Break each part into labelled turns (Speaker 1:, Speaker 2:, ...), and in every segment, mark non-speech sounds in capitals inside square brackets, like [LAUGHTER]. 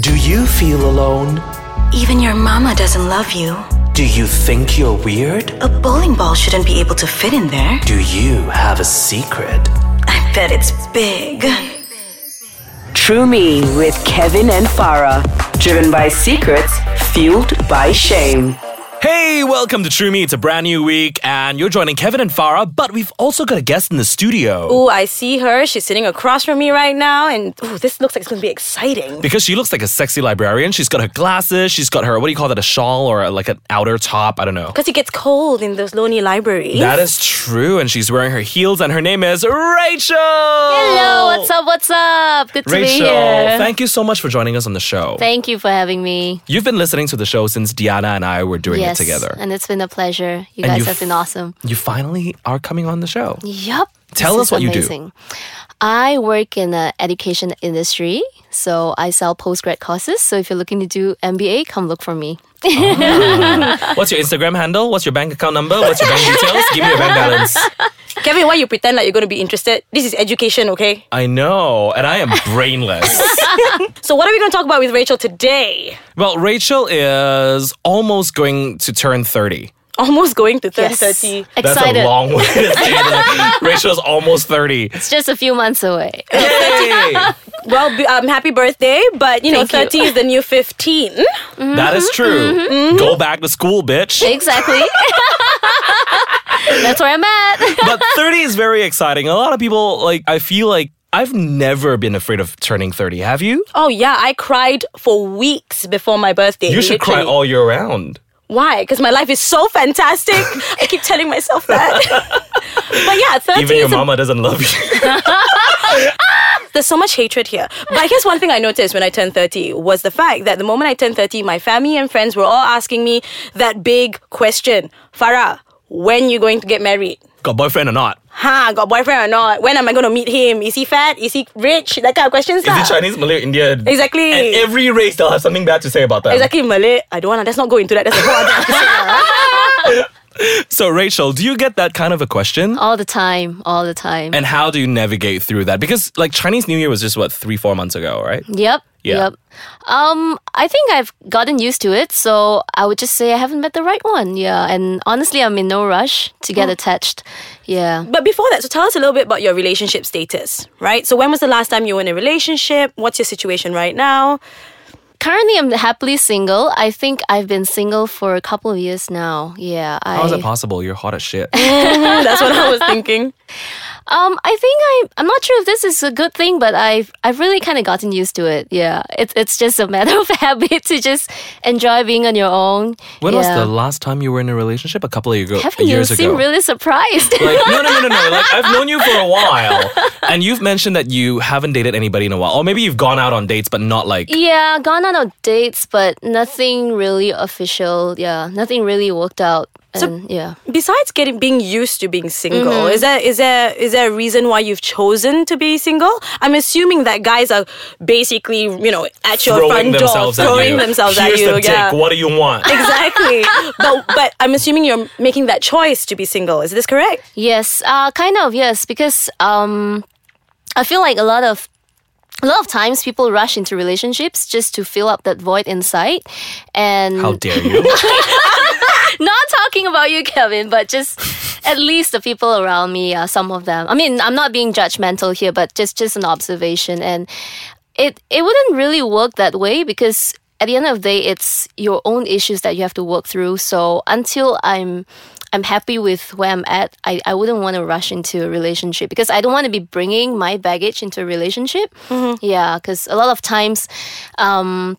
Speaker 1: Do you feel alone?
Speaker 2: Even your mama doesn't love you.
Speaker 1: Do you think you're weird?
Speaker 2: A bowling ball shouldn't be able to fit in there.
Speaker 1: Do you have a secret?
Speaker 2: I bet it's big.
Speaker 3: True Me with Kevin and Farah. Driven by secrets, fueled by shame.
Speaker 4: Hey, welcome to True Me. It's a brand new week, and you're joining Kevin and Farah, but we've also got a guest in the
Speaker 5: Oh.
Speaker 4: studio.
Speaker 6: Ooh, I see her. She's sitting across from me right now, and ooh, this looks like it's gonna be exciting.
Speaker 4: Because she looks like a sexy librarian. She's got her glasses, she's got her, what do you call that, a shawl or a, like an outer top? I don't know.
Speaker 6: Because it gets cold in those lonely libraries.
Speaker 4: That is true, and she's wearing her heels, and her name is Rachel!
Speaker 5: Hello, what's up? What's up? Good to be
Speaker 4: Rachel,
Speaker 5: here.
Speaker 4: thank you so much for joining us on the show.
Speaker 5: Thank you for having me.
Speaker 4: You've been listening to the show since Diana and I were doing
Speaker 5: yes,
Speaker 4: it together.
Speaker 5: and it's been a pleasure. You
Speaker 4: And
Speaker 5: guys
Speaker 4: you've-
Speaker 5: have been awesome.
Speaker 4: You finally are coming on the show.
Speaker 5: Yep.
Speaker 4: Tell us what you do.
Speaker 5: you do. I work in the education industry, so I sell postgrad courses. So if you're looking to do MBA, come look for me.
Speaker 4: What's your Instagram handle? What's your bank account number? What's
Speaker 5: [LAUGHS]
Speaker 4: your bank details? Give me your bank balance.
Speaker 6: Kevin, why you pretend like you're gonna be interested? This is education, okay?
Speaker 4: I know, and I am brainless.
Speaker 6: [LAUGHS] So what are we gonna talk about with Rachel today? [LAUGHS]
Speaker 4: Well, Rachel is almost going to turn 30.
Speaker 6: Almost going to 30
Speaker 5: Yes. Excited.
Speaker 4: That's a long way to say
Speaker 6: [LAUGHS]
Speaker 4: that. Rachel is almost 30.
Speaker 5: it's just a few months away. [LAUGHS]
Speaker 6: [LAUGHS]
Speaker 4: Yay!
Speaker 6: Well, be- um, happy birthday, but you know,
Speaker 5: Thank
Speaker 6: 30
Speaker 5: you.
Speaker 6: is the new 15. Mm-hmm.
Speaker 4: That is true. Go back to school,
Speaker 6: [LAUGHS]
Speaker 4: bitch.
Speaker 5: exactly. [LAUGHS] That's where I'm at. [LAUGHS]
Speaker 4: But 30 is very exciting. A lot of people, like, I feel like I've never been afraid of turning 30. Have you?
Speaker 6: Oh, yeah, I cried for weeks before my birthday.
Speaker 4: You should cry
Speaker 6: literally.
Speaker 4: all year round.
Speaker 6: Why? Because my life is so fantastic. [LAUGHS] I keep telling myself that. [LAUGHS] but yeah, 30
Speaker 4: Even your
Speaker 6: is a
Speaker 4: mama doesn't love
Speaker 6: [LAUGHS]
Speaker 4: you.
Speaker 6: there's so much hatred here. But I guess one thing I noticed when I turned 30 was the fact that the moment I turned 30, my family and friends were all asking me that big question Farah, when you going to get married?
Speaker 4: Got boyfriend or not?
Speaker 6: Huh, got boyfriend or not? When am I going to meet him? Is he fat? Is he rich? That kind of questions.
Speaker 4: Is
Speaker 6: lah.
Speaker 4: it Chinese, Malay, or Indian?
Speaker 6: Exactly.
Speaker 4: And every race, they'll have something bad to say about that.
Speaker 6: Exactly, Malay. I don't want to. Let's not go into that. That's a whole other episode.
Speaker 4: So, Rachel, do you get that kind of a question?
Speaker 5: All the time. All the time.
Speaker 4: And how do you navigate through that? Because like Chinese New Year was just what three, four months ago, right?
Speaker 5: Yep.
Speaker 4: Yeah.
Speaker 5: Yep. Um, I think I've gotten used to it, so I would just say I haven't met the right one. Yeah, and honestly, I'm in no rush to get attached. Yeah.
Speaker 6: But before that, so tell us a little bit about your relationship status, right? So when was the last time you were in a relationship? What's your situation right now?
Speaker 5: Currently, I'm happily single. I think I've been single for a couple of years now. Yeah. I,
Speaker 4: How is that possible? You're hot as
Speaker 6: [LAUGHS]
Speaker 4: shit.
Speaker 6: That's what I was thinking.
Speaker 5: um, I think I I'm not sure if this is a good thing, but I've I've really kind of gotten used to it. Yeah. It's it's just a matter [LAUGHS] of habit to just enjoy being on your own.
Speaker 4: When was
Speaker 5: Yeah.
Speaker 4: the last time you were in a relationship? A couple of years ago.
Speaker 5: Kevin, you
Speaker 4: years
Speaker 5: seem
Speaker 4: ago.
Speaker 5: really surprised.
Speaker 4: like no, no, no, no, no. Like I've known you for a
Speaker 6: [LAUGHS]
Speaker 4: while, and you've mentioned that you haven't dated anybody in a while, or maybe you've gone out on dates, but not like.
Speaker 5: Yeah, gone out on dates, but nothing really official. Yeah, nothing really worked out. And yeah,
Speaker 6: besides getting being used to being single
Speaker 5: Mm-hmm.
Speaker 6: is there is there is there a reason why you've chosen to be single i'm assuming that guys are basically you know at your
Speaker 4: Throwing
Speaker 6: front door
Speaker 4: themselves at
Speaker 6: throwing
Speaker 4: you.
Speaker 6: themselves
Speaker 4: Here's
Speaker 6: at you
Speaker 4: the dick.
Speaker 6: yeah
Speaker 4: What do you
Speaker 6: [LAUGHS]
Speaker 4: want? [LAUGHS]
Speaker 6: exactly but but i'm assuming you're making that choice to be single is this correct
Speaker 5: yes, uh, kind of yes, because um, I feel like a lot of a lot of times people rush into relationships just to fill up that void inside, and
Speaker 4: How dare you?
Speaker 5: not talking about you, Kevin, but just at least the people around me. Uh, some of them. I mean, I'm not being judgmental here, but just just an observation, and it it wouldn't really work that way because at the end of the day, it's your own issues that you have to work through. So until I'm I'm happy with where I'm at. I, I wouldn't want to rush into a relationship because I don't want to be bringing my baggage into a relationship. Yeah, because a lot of times, um,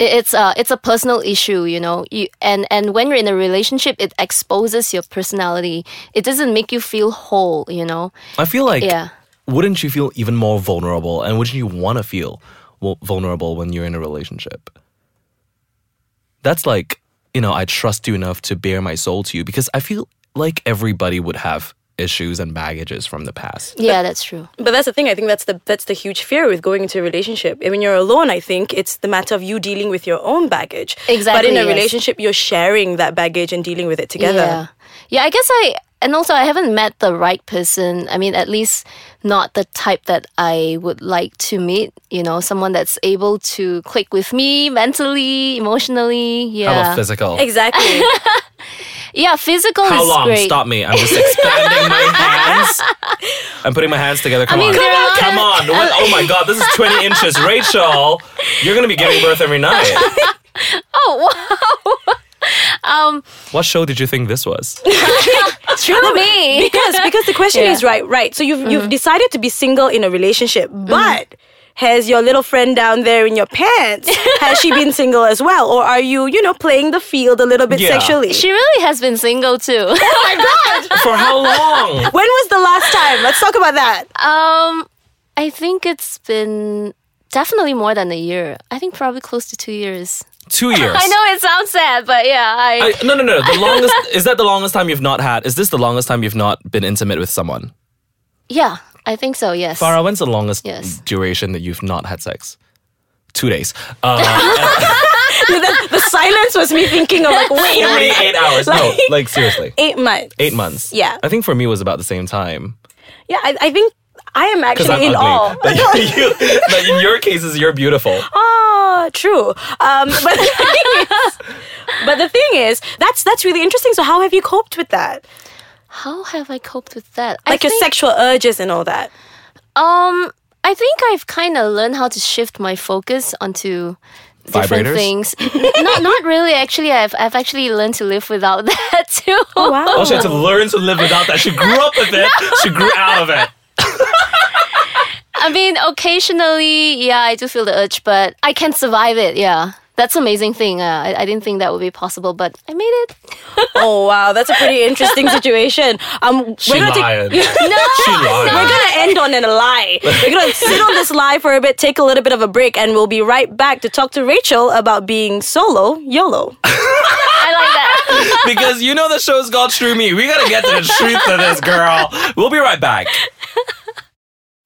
Speaker 5: it- it's a it's a personal issue you know you and and when you're in a relationship it exposes your personality it doesn't make you feel whole you know
Speaker 4: I feel like.
Speaker 5: Yeah.
Speaker 4: Wouldn't you feel even more vulnerable, and wouldn't you want to feel well, vulnerable when you're in a relationship? That's like you know, I trust you enough to bare my soul to you because I feel like everybody would have issues and baggages from the past.
Speaker 5: yeah that's true
Speaker 6: but that's the thing i think that's the that's the huge fear with going into a relationship when you're alone i think it's the matter of you dealing with your own baggage but
Speaker 5: Exactly,
Speaker 6: in a
Speaker 5: yes.
Speaker 6: relationship you're sharing that baggage and dealing with it together
Speaker 5: yeah yeah i guess i and also I haven't met the right person. I mean, at least not the type that I would like to meet. You know, someone that's able to click with me mentally, emotionally.
Speaker 4: How
Speaker 5: Yeah,
Speaker 4: about physical?
Speaker 5: [LAUGHS]
Speaker 6: Exactly.
Speaker 5: yeah, physical
Speaker 4: How
Speaker 5: is
Speaker 4: long?
Speaker 5: great.
Speaker 4: Stop me. I'm just expanding my hands. I'm putting my hands together. Come
Speaker 5: mean,
Speaker 4: on.
Speaker 5: there are-
Speaker 4: Come on. What- Oh my God, this is 20
Speaker 5: [LAUGHS]
Speaker 4: inches. Rachel, you're going to be giving birth every night.
Speaker 5: Oh wow. [LAUGHS] um,
Speaker 4: What show did you think this was? [LAUGHS]
Speaker 5: through me. [LAUGHS]
Speaker 6: because because the question
Speaker 5: Yeah. Mm-hmm.
Speaker 6: is right, right. So you've you've decided to be single in a relationship, but has your little friend down there in your
Speaker 5: [LAUGHS]
Speaker 6: pants has she been single as well, or are you you know playing the field a little bit
Speaker 4: Yeah.
Speaker 6: sexually?
Speaker 5: She really has been single too. [LAUGHS]
Speaker 4: For how long?
Speaker 6: when was the last time? Let's talk about
Speaker 5: [LAUGHS]
Speaker 6: that.
Speaker 5: Um, I think it's been definitely more than a year. I think probably close to two years.
Speaker 4: Two years.
Speaker 5: [LAUGHS] I know it sounds sad, but yeah,
Speaker 4: I,
Speaker 5: I,
Speaker 4: no, no, no. The longest is that the longest time you've not had? Is this the longest time you've not been intimate with someone?
Speaker 5: yeah, I think so. Yes.
Speaker 4: Farah, when's the longest
Speaker 5: Yes.
Speaker 4: duration that you've not had sex? Two days.
Speaker 5: [LAUGHS]
Speaker 4: Uh,
Speaker 6: the, the silence was me thinking of like wait
Speaker 4: 48 hours. No, like seriously.
Speaker 6: eight months.
Speaker 4: Eight months.
Speaker 6: Yeah.
Speaker 4: I think for me it was about the same time.
Speaker 6: Yeah, I, I think I am
Speaker 4: Because
Speaker 6: actually
Speaker 4: I'm ugly.
Speaker 6: in awe. [LAUGHS]
Speaker 4: But, you, but in your cases, you're beautiful.
Speaker 6: Ah, true. Um, but the thing is, but the thing is, that's that's really interesting. So how have you coped with that?
Speaker 5: How have I coped with that? I
Speaker 6: Like your
Speaker 5: think-
Speaker 6: sexual urges and all that.
Speaker 5: Um, I think I've kind of learned how to shift my focus onto different
Speaker 4: Vibrators?
Speaker 5: things. [LAUGHS] not not really. Actually, I've I've actually learned to live without [LAUGHS] that too.
Speaker 6: Wow.
Speaker 4: [LAUGHS] Oh, she had to learn to live without that. She grew up with it. She grew out of it.
Speaker 5: I mean, occasionally, yeah, I do feel the urge, but I can survive it. Yeah, that's amazing thing. Uh, I, I didn't think that would be possible, but I made it.
Speaker 6: Oh wow, that's a pretty interesting situation. Um,
Speaker 4: She
Speaker 6: [LAUGHS]
Speaker 4: lied. she lied.
Speaker 6: We're gonna end on a lie. We're gonna sit on this lie for a bit, take a little bit of a break, and we'll be right back to talk to Rachel about being solo YOLO.
Speaker 5: I like that.
Speaker 4: Because you know the show's called True Me. We gotta get to the truth of this girl. We'll be right back.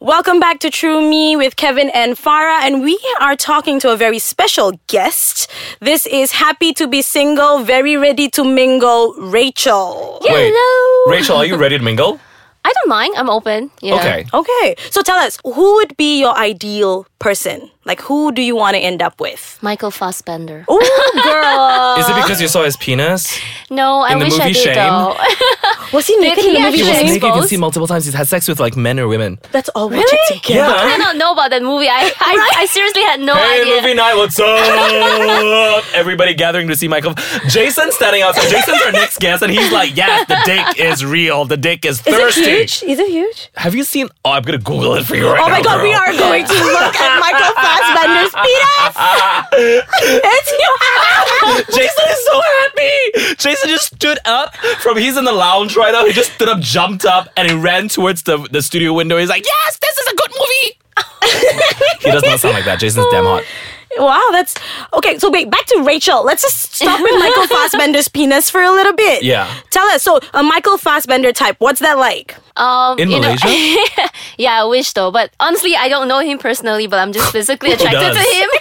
Speaker 6: Welcome back to True Me with Kevin and Farah, and we are talking to a very special guest. This is happy to be single, very ready to mingle, Rachel.
Speaker 4: Wait,
Speaker 5: Hello.
Speaker 4: Rachel, are you ready to mingle?
Speaker 5: I don't mind. I'm open. Yeah.
Speaker 4: Okay.
Speaker 6: Okay, so tell us, who would be your ideal person? Like, who do you want to end up with?
Speaker 5: Michael Fassbender.
Speaker 6: [LAUGHS] Ooh, girl.
Speaker 4: Is it because you saw his penis?
Speaker 5: No, I
Speaker 4: In the
Speaker 5: wish I
Speaker 4: movie
Speaker 5: did
Speaker 4: Shame?
Speaker 5: though. [LAUGHS]
Speaker 6: Was he naked
Speaker 5: he
Speaker 6: in the movie?
Speaker 4: He
Speaker 5: actually-
Speaker 4: was naked. You
Speaker 6: Shane?
Speaker 5: Shame.
Speaker 4: can
Speaker 5: Exposed?
Speaker 4: see multiple times. He's had sex with like men or women.
Speaker 6: Let's all watch it together.
Speaker 5: I don't know about that movie. I I, I seriously had no
Speaker 4: Hey,
Speaker 5: idea.
Speaker 4: movie night, what's up? Everybody gathering to see Michael. Jason's standing outside. Jason's our next guest, and he's like, yes, the dick is real. The dick is
Speaker 6: Is
Speaker 4: thirsty.
Speaker 6: it huge? Is it huge?
Speaker 4: Have you seen? Oh, I'm gonna Google it for you right
Speaker 6: Oh
Speaker 4: now.
Speaker 6: my god, we
Speaker 4: girl.
Speaker 6: are going to look at Michael Fassbender's penis! it's huge!
Speaker 4: Ah, Jason is so happy. Jason just stood up from he's in the lounge right now. He just stood up, jumped up, and he ran towards the, the studio window. He's like, yes, this is a good
Speaker 6: [LAUGHS]
Speaker 4: movie. he does not sound like that. Jason's damn hot.
Speaker 6: [LAUGHS] Wow, that's okay. So wait, back to Rachel. Let's just stop with [LAUGHS] Michael Fassbender's penis for a little bit.
Speaker 4: Yeah.
Speaker 6: Tell us. So a Michael Fassbender type. What's that like?
Speaker 5: Um,
Speaker 4: In
Speaker 5: you know-
Speaker 4: Malaysia?
Speaker 6: [LAUGHS]
Speaker 5: yeah, I wish though. But honestly, I don't know him personally, but I'm
Speaker 4: [LAUGHS]
Speaker 5: just physically attracted to
Speaker 4: does?
Speaker 5: him. [LAUGHS]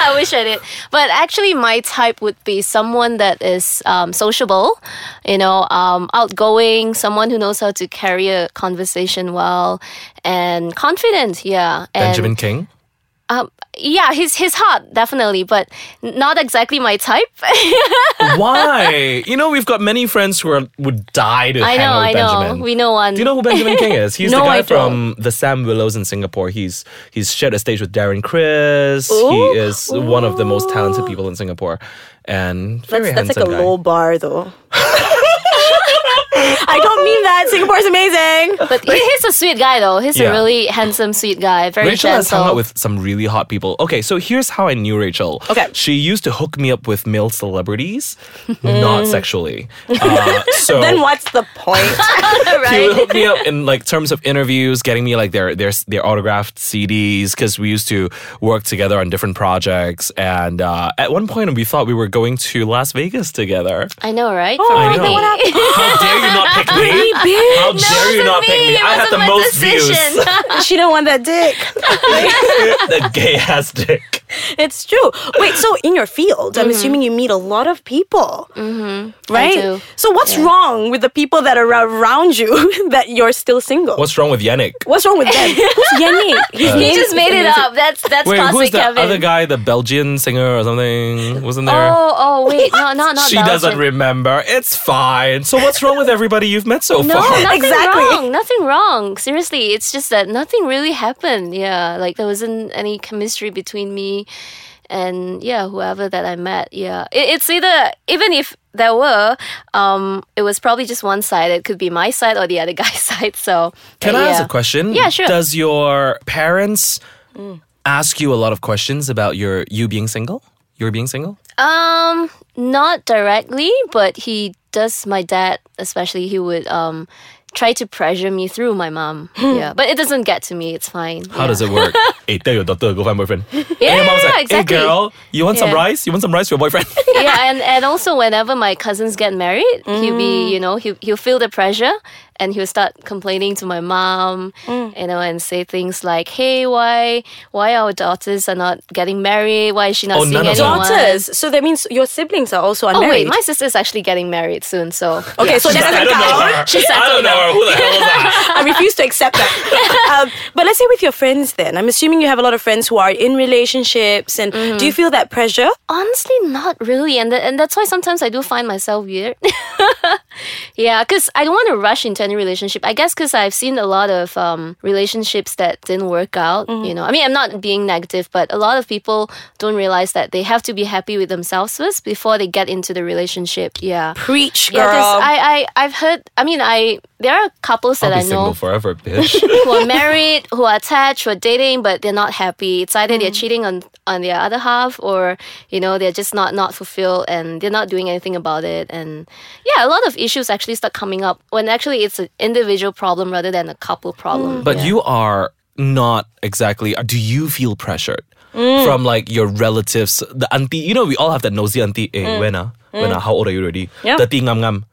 Speaker 5: I wish I did. But actually, my type would be someone that is um, sociable, you know, um, outgoing, someone who knows how to carry a conversation well, and confident. Yeah. And,
Speaker 4: Benjamin King.
Speaker 5: Um, yeah, he's he's hot definitely, but n- not exactly my type. [LAUGHS]
Speaker 4: Why? You know, we've got many friends who are, would die to
Speaker 5: I
Speaker 4: hang
Speaker 5: know,
Speaker 4: out with
Speaker 5: I
Speaker 4: Benjamin.
Speaker 5: know. We know one.
Speaker 4: Do you know who Benjamin King is? He's
Speaker 6: [LAUGHS] No,
Speaker 4: the guy
Speaker 6: I
Speaker 4: from the Sam Willows in Singapore. He's he's shared a stage with Darren Chris.
Speaker 6: Ooh.
Speaker 4: He is one of the most talented people in Singapore, and very
Speaker 6: That's, that's
Speaker 4: handsome
Speaker 6: like a
Speaker 4: guy.
Speaker 6: low bar, though. I don't mean that. Singapore's amazing.
Speaker 5: But he- he's a sweet guy though. He's
Speaker 4: Yeah.
Speaker 5: a really handsome, sweet guy. Very
Speaker 4: Rachel
Speaker 5: gentle.
Speaker 4: has hung out with some really hot people. Okay, so here's how I knew Rachel.
Speaker 6: Okay.
Speaker 4: she used to hook me up with male
Speaker 6: [LAUGHS]
Speaker 4: celebrities, not sexually. Uh, so
Speaker 6: Mm. Then what's the point?
Speaker 5: [LAUGHS]
Speaker 4: He would hook me up in like terms of interviews, getting me like their their their autographed CDs because we used to work together on different projects. And uh, at one point, we thought we were going to Las Vegas
Speaker 5: [LAUGHS]
Speaker 4: together.
Speaker 5: I know, right?
Speaker 6: Oh
Speaker 4: I
Speaker 6: my god,
Speaker 4: know.
Speaker 6: what happened?
Speaker 4: How dare you not pick me?
Speaker 6: Babe,
Speaker 4: How dare you not pick me? I had the [LAUGHS]
Speaker 5: [LAUGHS]
Speaker 4: most views.
Speaker 6: she don't want that dick.
Speaker 4: the gay ass dick.
Speaker 6: It's true. Wait, so in your field,
Speaker 5: Mm-hmm.
Speaker 6: I'm assuming you meet a lot of people, right?
Speaker 5: do.
Speaker 6: So what's wrong with the people that are around you [LAUGHS] that you're still single?
Speaker 4: What's wrong with Yannick?
Speaker 6: What's wrong with
Speaker 5: [LAUGHS]
Speaker 6: them? Who's Yannick? His
Speaker 5: He just made it up. That's that's
Speaker 4: Wait,
Speaker 5: classic
Speaker 4: who's the
Speaker 5: Kevin.
Speaker 4: other guy, the Belgian singer or something? Wasn't there?
Speaker 5: Oh, oh,
Speaker 4: [LAUGHS]
Speaker 5: wait, no, no, not
Speaker 4: she
Speaker 5: Belgian.
Speaker 4: doesn't remember. It's fine. So what's wrong with everybody you've met so
Speaker 5: No,
Speaker 4: far?
Speaker 5: nothing
Speaker 6: Exactly.
Speaker 5: wrong. Nothing wrong. Seriously, it's just that nothing really happened. Yeah, like there wasn't any chemistry between me and yeah, whoever that I met. Yeah, it, it's either even if there were, um, it was probably just one side. It could be my side or the other [LAUGHS] guy's side. So
Speaker 4: Can
Speaker 5: but
Speaker 4: I ask
Speaker 5: yeah.
Speaker 4: a question?
Speaker 5: Yeah, sure. Mm.
Speaker 4: Does your parents ask you a lot of questions about your you being single? Your being single?
Speaker 5: Um, not directly, but he does. My dad, especially, he would um try to pressure me through my
Speaker 6: [LAUGHS]
Speaker 5: mom. yeah, but it doesn't get to me. It's fine.
Speaker 4: How does it work? hey, tell your doctor, go find
Speaker 5: [LAUGHS]
Speaker 4: boyfriend.
Speaker 5: Yeah,
Speaker 4: and your mom's like,
Speaker 5: exactly.
Speaker 4: hey girl, you want some
Speaker 5: Yeah.
Speaker 4: rice? You want some rice for your
Speaker 5: [LAUGHS]
Speaker 4: boyfriend?
Speaker 6: [LAUGHS]
Speaker 5: yeah, and, and also whenever my cousins get married,
Speaker 6: Mm.
Speaker 5: he'll be, you know, he'll, he'll feel the pressure and he'll start complaining to my mom,
Speaker 6: Mm.
Speaker 5: you know, and say things like, hey, why why our daughters are not getting married? Why is she not
Speaker 4: Oh,
Speaker 5: seeing
Speaker 4: none of them.
Speaker 5: anyone?
Speaker 6: daughters. So that means your siblings are Oh, also
Speaker 5: Oh,
Speaker 6: unmarried.
Speaker 5: wait, my sister's actually getting married soon, so.
Speaker 6: okay,
Speaker 4: [LAUGHS]
Speaker 6: so that doesn't
Speaker 4: her.
Speaker 6: count.
Speaker 5: She's
Speaker 4: I don't
Speaker 5: settled
Speaker 4: know her. Who the hell is that?
Speaker 6: I refuse to accept
Speaker 5: [LAUGHS]
Speaker 6: that. um, but let's say with your friends then. I'm assuming you have a lot of friends who are in relationships and do you
Speaker 5: Mm-hmm.
Speaker 6: feel that pressure?
Speaker 5: Honestly, not really, and tha- and that's why sometimes I do find myself weird. [LAUGHS] yeah, because I don't want to rush into any relationship. I guess because I've seen a lot of um, relationships that didn't work out. You know, I mean, I'm not being negative, but a lot of people don't realize that they have to be happy with themselves first before they get into the relationship. Yeah,
Speaker 6: Preach, girl.
Speaker 5: yeah. Because I I I've heard. I mean, I there are couples [LAUGHS] that
Speaker 4: I'll
Speaker 5: I
Speaker 4: be single
Speaker 5: know
Speaker 4: forever,
Speaker 5: [LAUGHS]
Speaker 4: bitch.
Speaker 5: who are married, who are attached, who are dating, but they're not happy. It's either they're cheating on on their other half, or you know they're just not not fulfilled and they're not doing anything about it. And yeah, a lot of issues actually start coming up when actually it's an individual problem rather than a couple problem.
Speaker 4: But you are not exactly. uh, Do you feel pressured
Speaker 6: Mm.
Speaker 4: from like your relatives, the auntie? You know, we all have that nosy auntie. Hey, when ah, when ah, how old are you already?
Speaker 6: Mm. Yeah.
Speaker 4: The ngam ngam.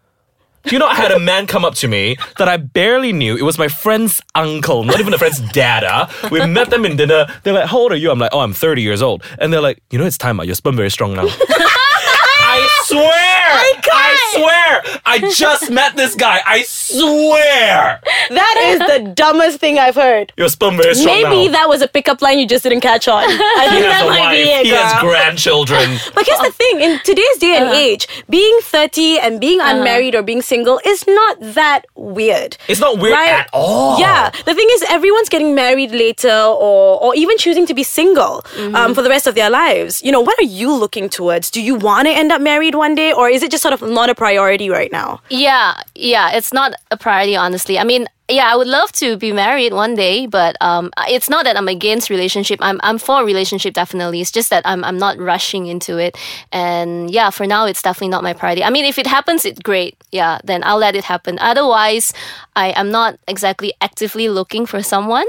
Speaker 4: You know, I had a man come up to me that I barely knew. It was my friend's uncle, not even a friend's dad. ah. We met them in dinner. They're like, How old are you? I'm like, Oh, I'm 30 years old. And they're like, You know, it's time. ah. Your sperm very strong
Speaker 6: [LAUGHS]
Speaker 4: now. I swear! I swear! I just met this guy. I swear!
Speaker 6: that is the dumbest thing I've heard.
Speaker 4: Your sperm very strong now.
Speaker 6: Maybe that was a pickup line you just didn't catch on. I think that might be it,
Speaker 4: He
Speaker 6: girl.
Speaker 4: has grandchildren.
Speaker 6: But here's the thing in today's day and age, being 30 and being unmarried or being single is not that weird.
Speaker 4: It's not weird
Speaker 6: Right?
Speaker 4: at all.
Speaker 6: Yeah, the thing is, everyone's getting married later, or or even choosing to be single um, for the rest of their lives. You know, what are you looking towards? Do you want to end up married one day, or is it just sort of not a priority right now?
Speaker 5: Yeah, yeah, it's not a priority, honestly. I mean, yeah, I would love to be married one day, but um, it's not that I'm against relationship. I'm I'm for relationship definitely. It's just that I'm I'm not rushing into it, and yeah, for now it's definitely not my priority. I mean, if it happens, it's great. Yeah, then I'll let it happen. Otherwise, I am not exactly actively looking for someone.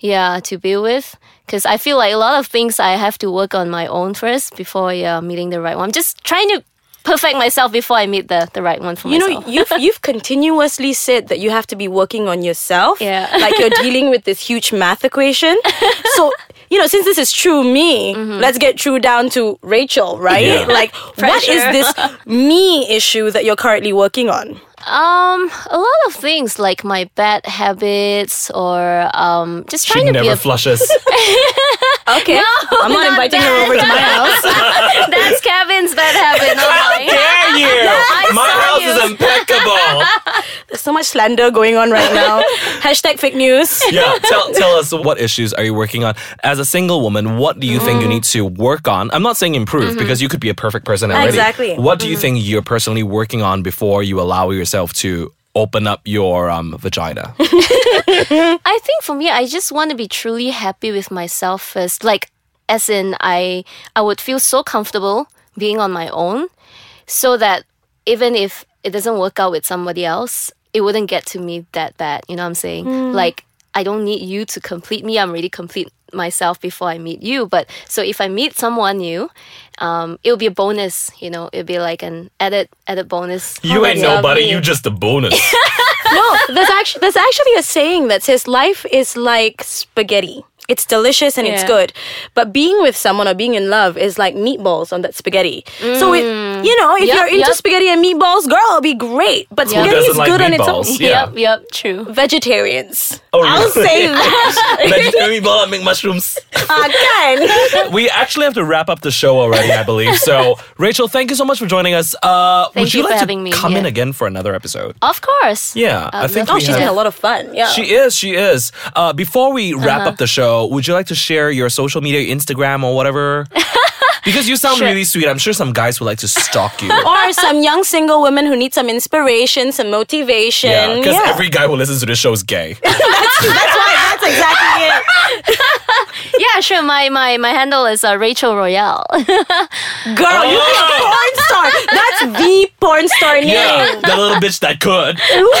Speaker 5: Yeah, to be with. Because I feel like a lot of things I have to work on my own first before yeah, meeting the right one. I'm just trying to perfect myself before I meet the, the right one for
Speaker 6: You know,
Speaker 5: myself. [LAUGHS]
Speaker 6: you've you've continuously said that you have to be working on yourself.
Speaker 5: Yeah.
Speaker 6: [LAUGHS] like you're dealing with this huge math
Speaker 5: [LAUGHS]
Speaker 6: equation. So. You know, since this is true me,
Speaker 5: Mm-hmm.
Speaker 6: let's get true down to Rachel, right?
Speaker 4: Yeah.
Speaker 6: Like, what is
Speaker 5: Pressure.
Speaker 6: this me issue that you're currently working on?
Speaker 5: Um, a lot of things like my bad habits or um, just
Speaker 4: She
Speaker 5: trying to be
Speaker 4: never [LAUGHS]
Speaker 5: a [LAUGHS]
Speaker 4: flushes.
Speaker 6: Okay, I'm not,
Speaker 5: not
Speaker 6: inviting her
Speaker 5: that.
Speaker 6: over to my house.
Speaker 5: [LAUGHS] That's Kevin's bad habit.
Speaker 6: [LAUGHS]
Speaker 5: Not mine.
Speaker 4: Dare you? My
Speaker 5: saw
Speaker 4: house
Speaker 5: you.
Speaker 4: is impeccable.
Speaker 6: There's so much slander going on right
Speaker 5: [LAUGHS]
Speaker 6: now. Hashtag fake news.
Speaker 4: yeah. Tell, tell us what issues are you working on as a single woman? What do you think you need to work on? I'm not saying improve because you could be a perfect person already.
Speaker 6: Exactly.
Speaker 4: What do you think you're personally working on before you allow yourself to open up your um, vagina?
Speaker 5: I think for me, I just want to be truly happy with myself first. Like, as in, I I would feel so comfortable being on my own, so that even if it doesn't work out with somebody else, it wouldn't get to me that bad. You know what I'm saying? Like, I don't need you to complete me. I'm already complete myself before I meet you. But so if I meet someone new, um, it'll be a bonus. You know, it'll be like an added added bonus.
Speaker 4: you ain't
Speaker 5: Yeah.
Speaker 4: nobody. You just a bonus.
Speaker 6: [LAUGHS] No, there's actually there's actually a saying that says life is like spaghetti. it's delicious and it's
Speaker 5: Yeah.
Speaker 6: good. But being with someone or being in love is like meatballs on that spaghetti. So it, you know, if
Speaker 5: Mm. Yup,
Speaker 6: you're into
Speaker 5: yup.
Speaker 6: spaghetti and meatballs, girl, it'll be great. But
Speaker 5: Who
Speaker 6: spaghetti is
Speaker 4: doesn't like
Speaker 6: good on its own.
Speaker 4: meatballs? Yeah.
Speaker 5: Yep, yep, true.
Speaker 6: [LAUGHS] Vegetarians.
Speaker 4: Oh,
Speaker 6: I'll
Speaker 4: really? [LAUGHS]
Speaker 6: say that. [LAUGHS]
Speaker 4: Vegetarian meatball and make mushrooms.
Speaker 6: Again.
Speaker 4: [LAUGHS] We actually have to wrap up the show already, I believe. So, Rachel, thank you so much for joining us. Uh, would
Speaker 5: Thank
Speaker 4: you,
Speaker 5: you
Speaker 4: like
Speaker 5: for
Speaker 4: to
Speaker 5: having me,
Speaker 4: come in
Speaker 5: yeah. Uh,
Speaker 4: again for another episode?
Speaker 5: Of course.
Speaker 4: Yeah, I
Speaker 5: I'd
Speaker 4: think
Speaker 5: love
Speaker 6: Oh,
Speaker 4: we
Speaker 6: she's
Speaker 4: have-
Speaker 6: been a lot of fun. Yeah.
Speaker 4: She is. She is. Uh, before we wrap up
Speaker 5: Uh-huh.
Speaker 4: the show, would you like to share your social media, your Instagram, or
Speaker 5: [LAUGHS]
Speaker 4: whatever? because you sound
Speaker 5: Sure.
Speaker 4: really sweet. I'm sure some guys would like to stalk
Speaker 5: [LAUGHS]
Speaker 4: you.
Speaker 6: or some young single women who need some inspiration, some motivation.
Speaker 4: yeah,
Speaker 6: Yeah,
Speaker 4: because every guy who listens to this show is
Speaker 5: [LAUGHS]
Speaker 4: gay.
Speaker 6: that's right. That's exactly it.
Speaker 5: Yeah, sure. My my my handle is uh, Rachel Royale.
Speaker 6: Girl, you think a
Speaker 5: Oh.
Speaker 6: porn star? That's the porn star name.
Speaker 4: yeah, that little bitch that could.
Speaker 6: Ooh, [LAUGHS]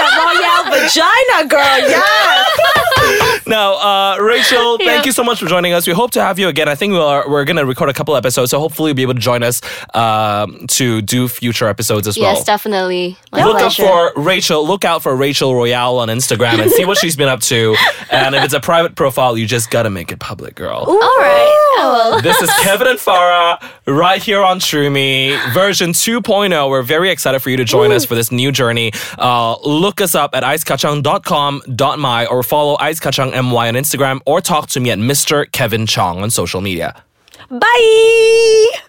Speaker 6: the royal vagina, girl. Yes.
Speaker 4: Now, uh,
Speaker 5: [LAUGHS]
Speaker 4: Rachel, thank you so much for joining us. We hope to have you again. I think we are, we're going to record a couple episodes, so hopefully you'll be able to join us um, to do future episodes as well.
Speaker 5: yes, definitely. My
Speaker 4: Look
Speaker 5: pleasure.
Speaker 4: out for Rachel. Look out for Rachel Royale on Instagram and see what she's been up
Speaker 5: [LAUGHS]
Speaker 4: to. And if it's a private profile, you just gotta make it public, girl.
Speaker 5: All right. I
Speaker 4: [LAUGHS]
Speaker 5: will.
Speaker 4: This is Kevin and Farah right here on Trumi version 2.0. We're very excited for you to join us for this new journey. Uh, look us up at icekachang.com.my or follow icekachangmy on Instagram or talk to me at Mr. Kevin Chong on social media.
Speaker 6: Bye.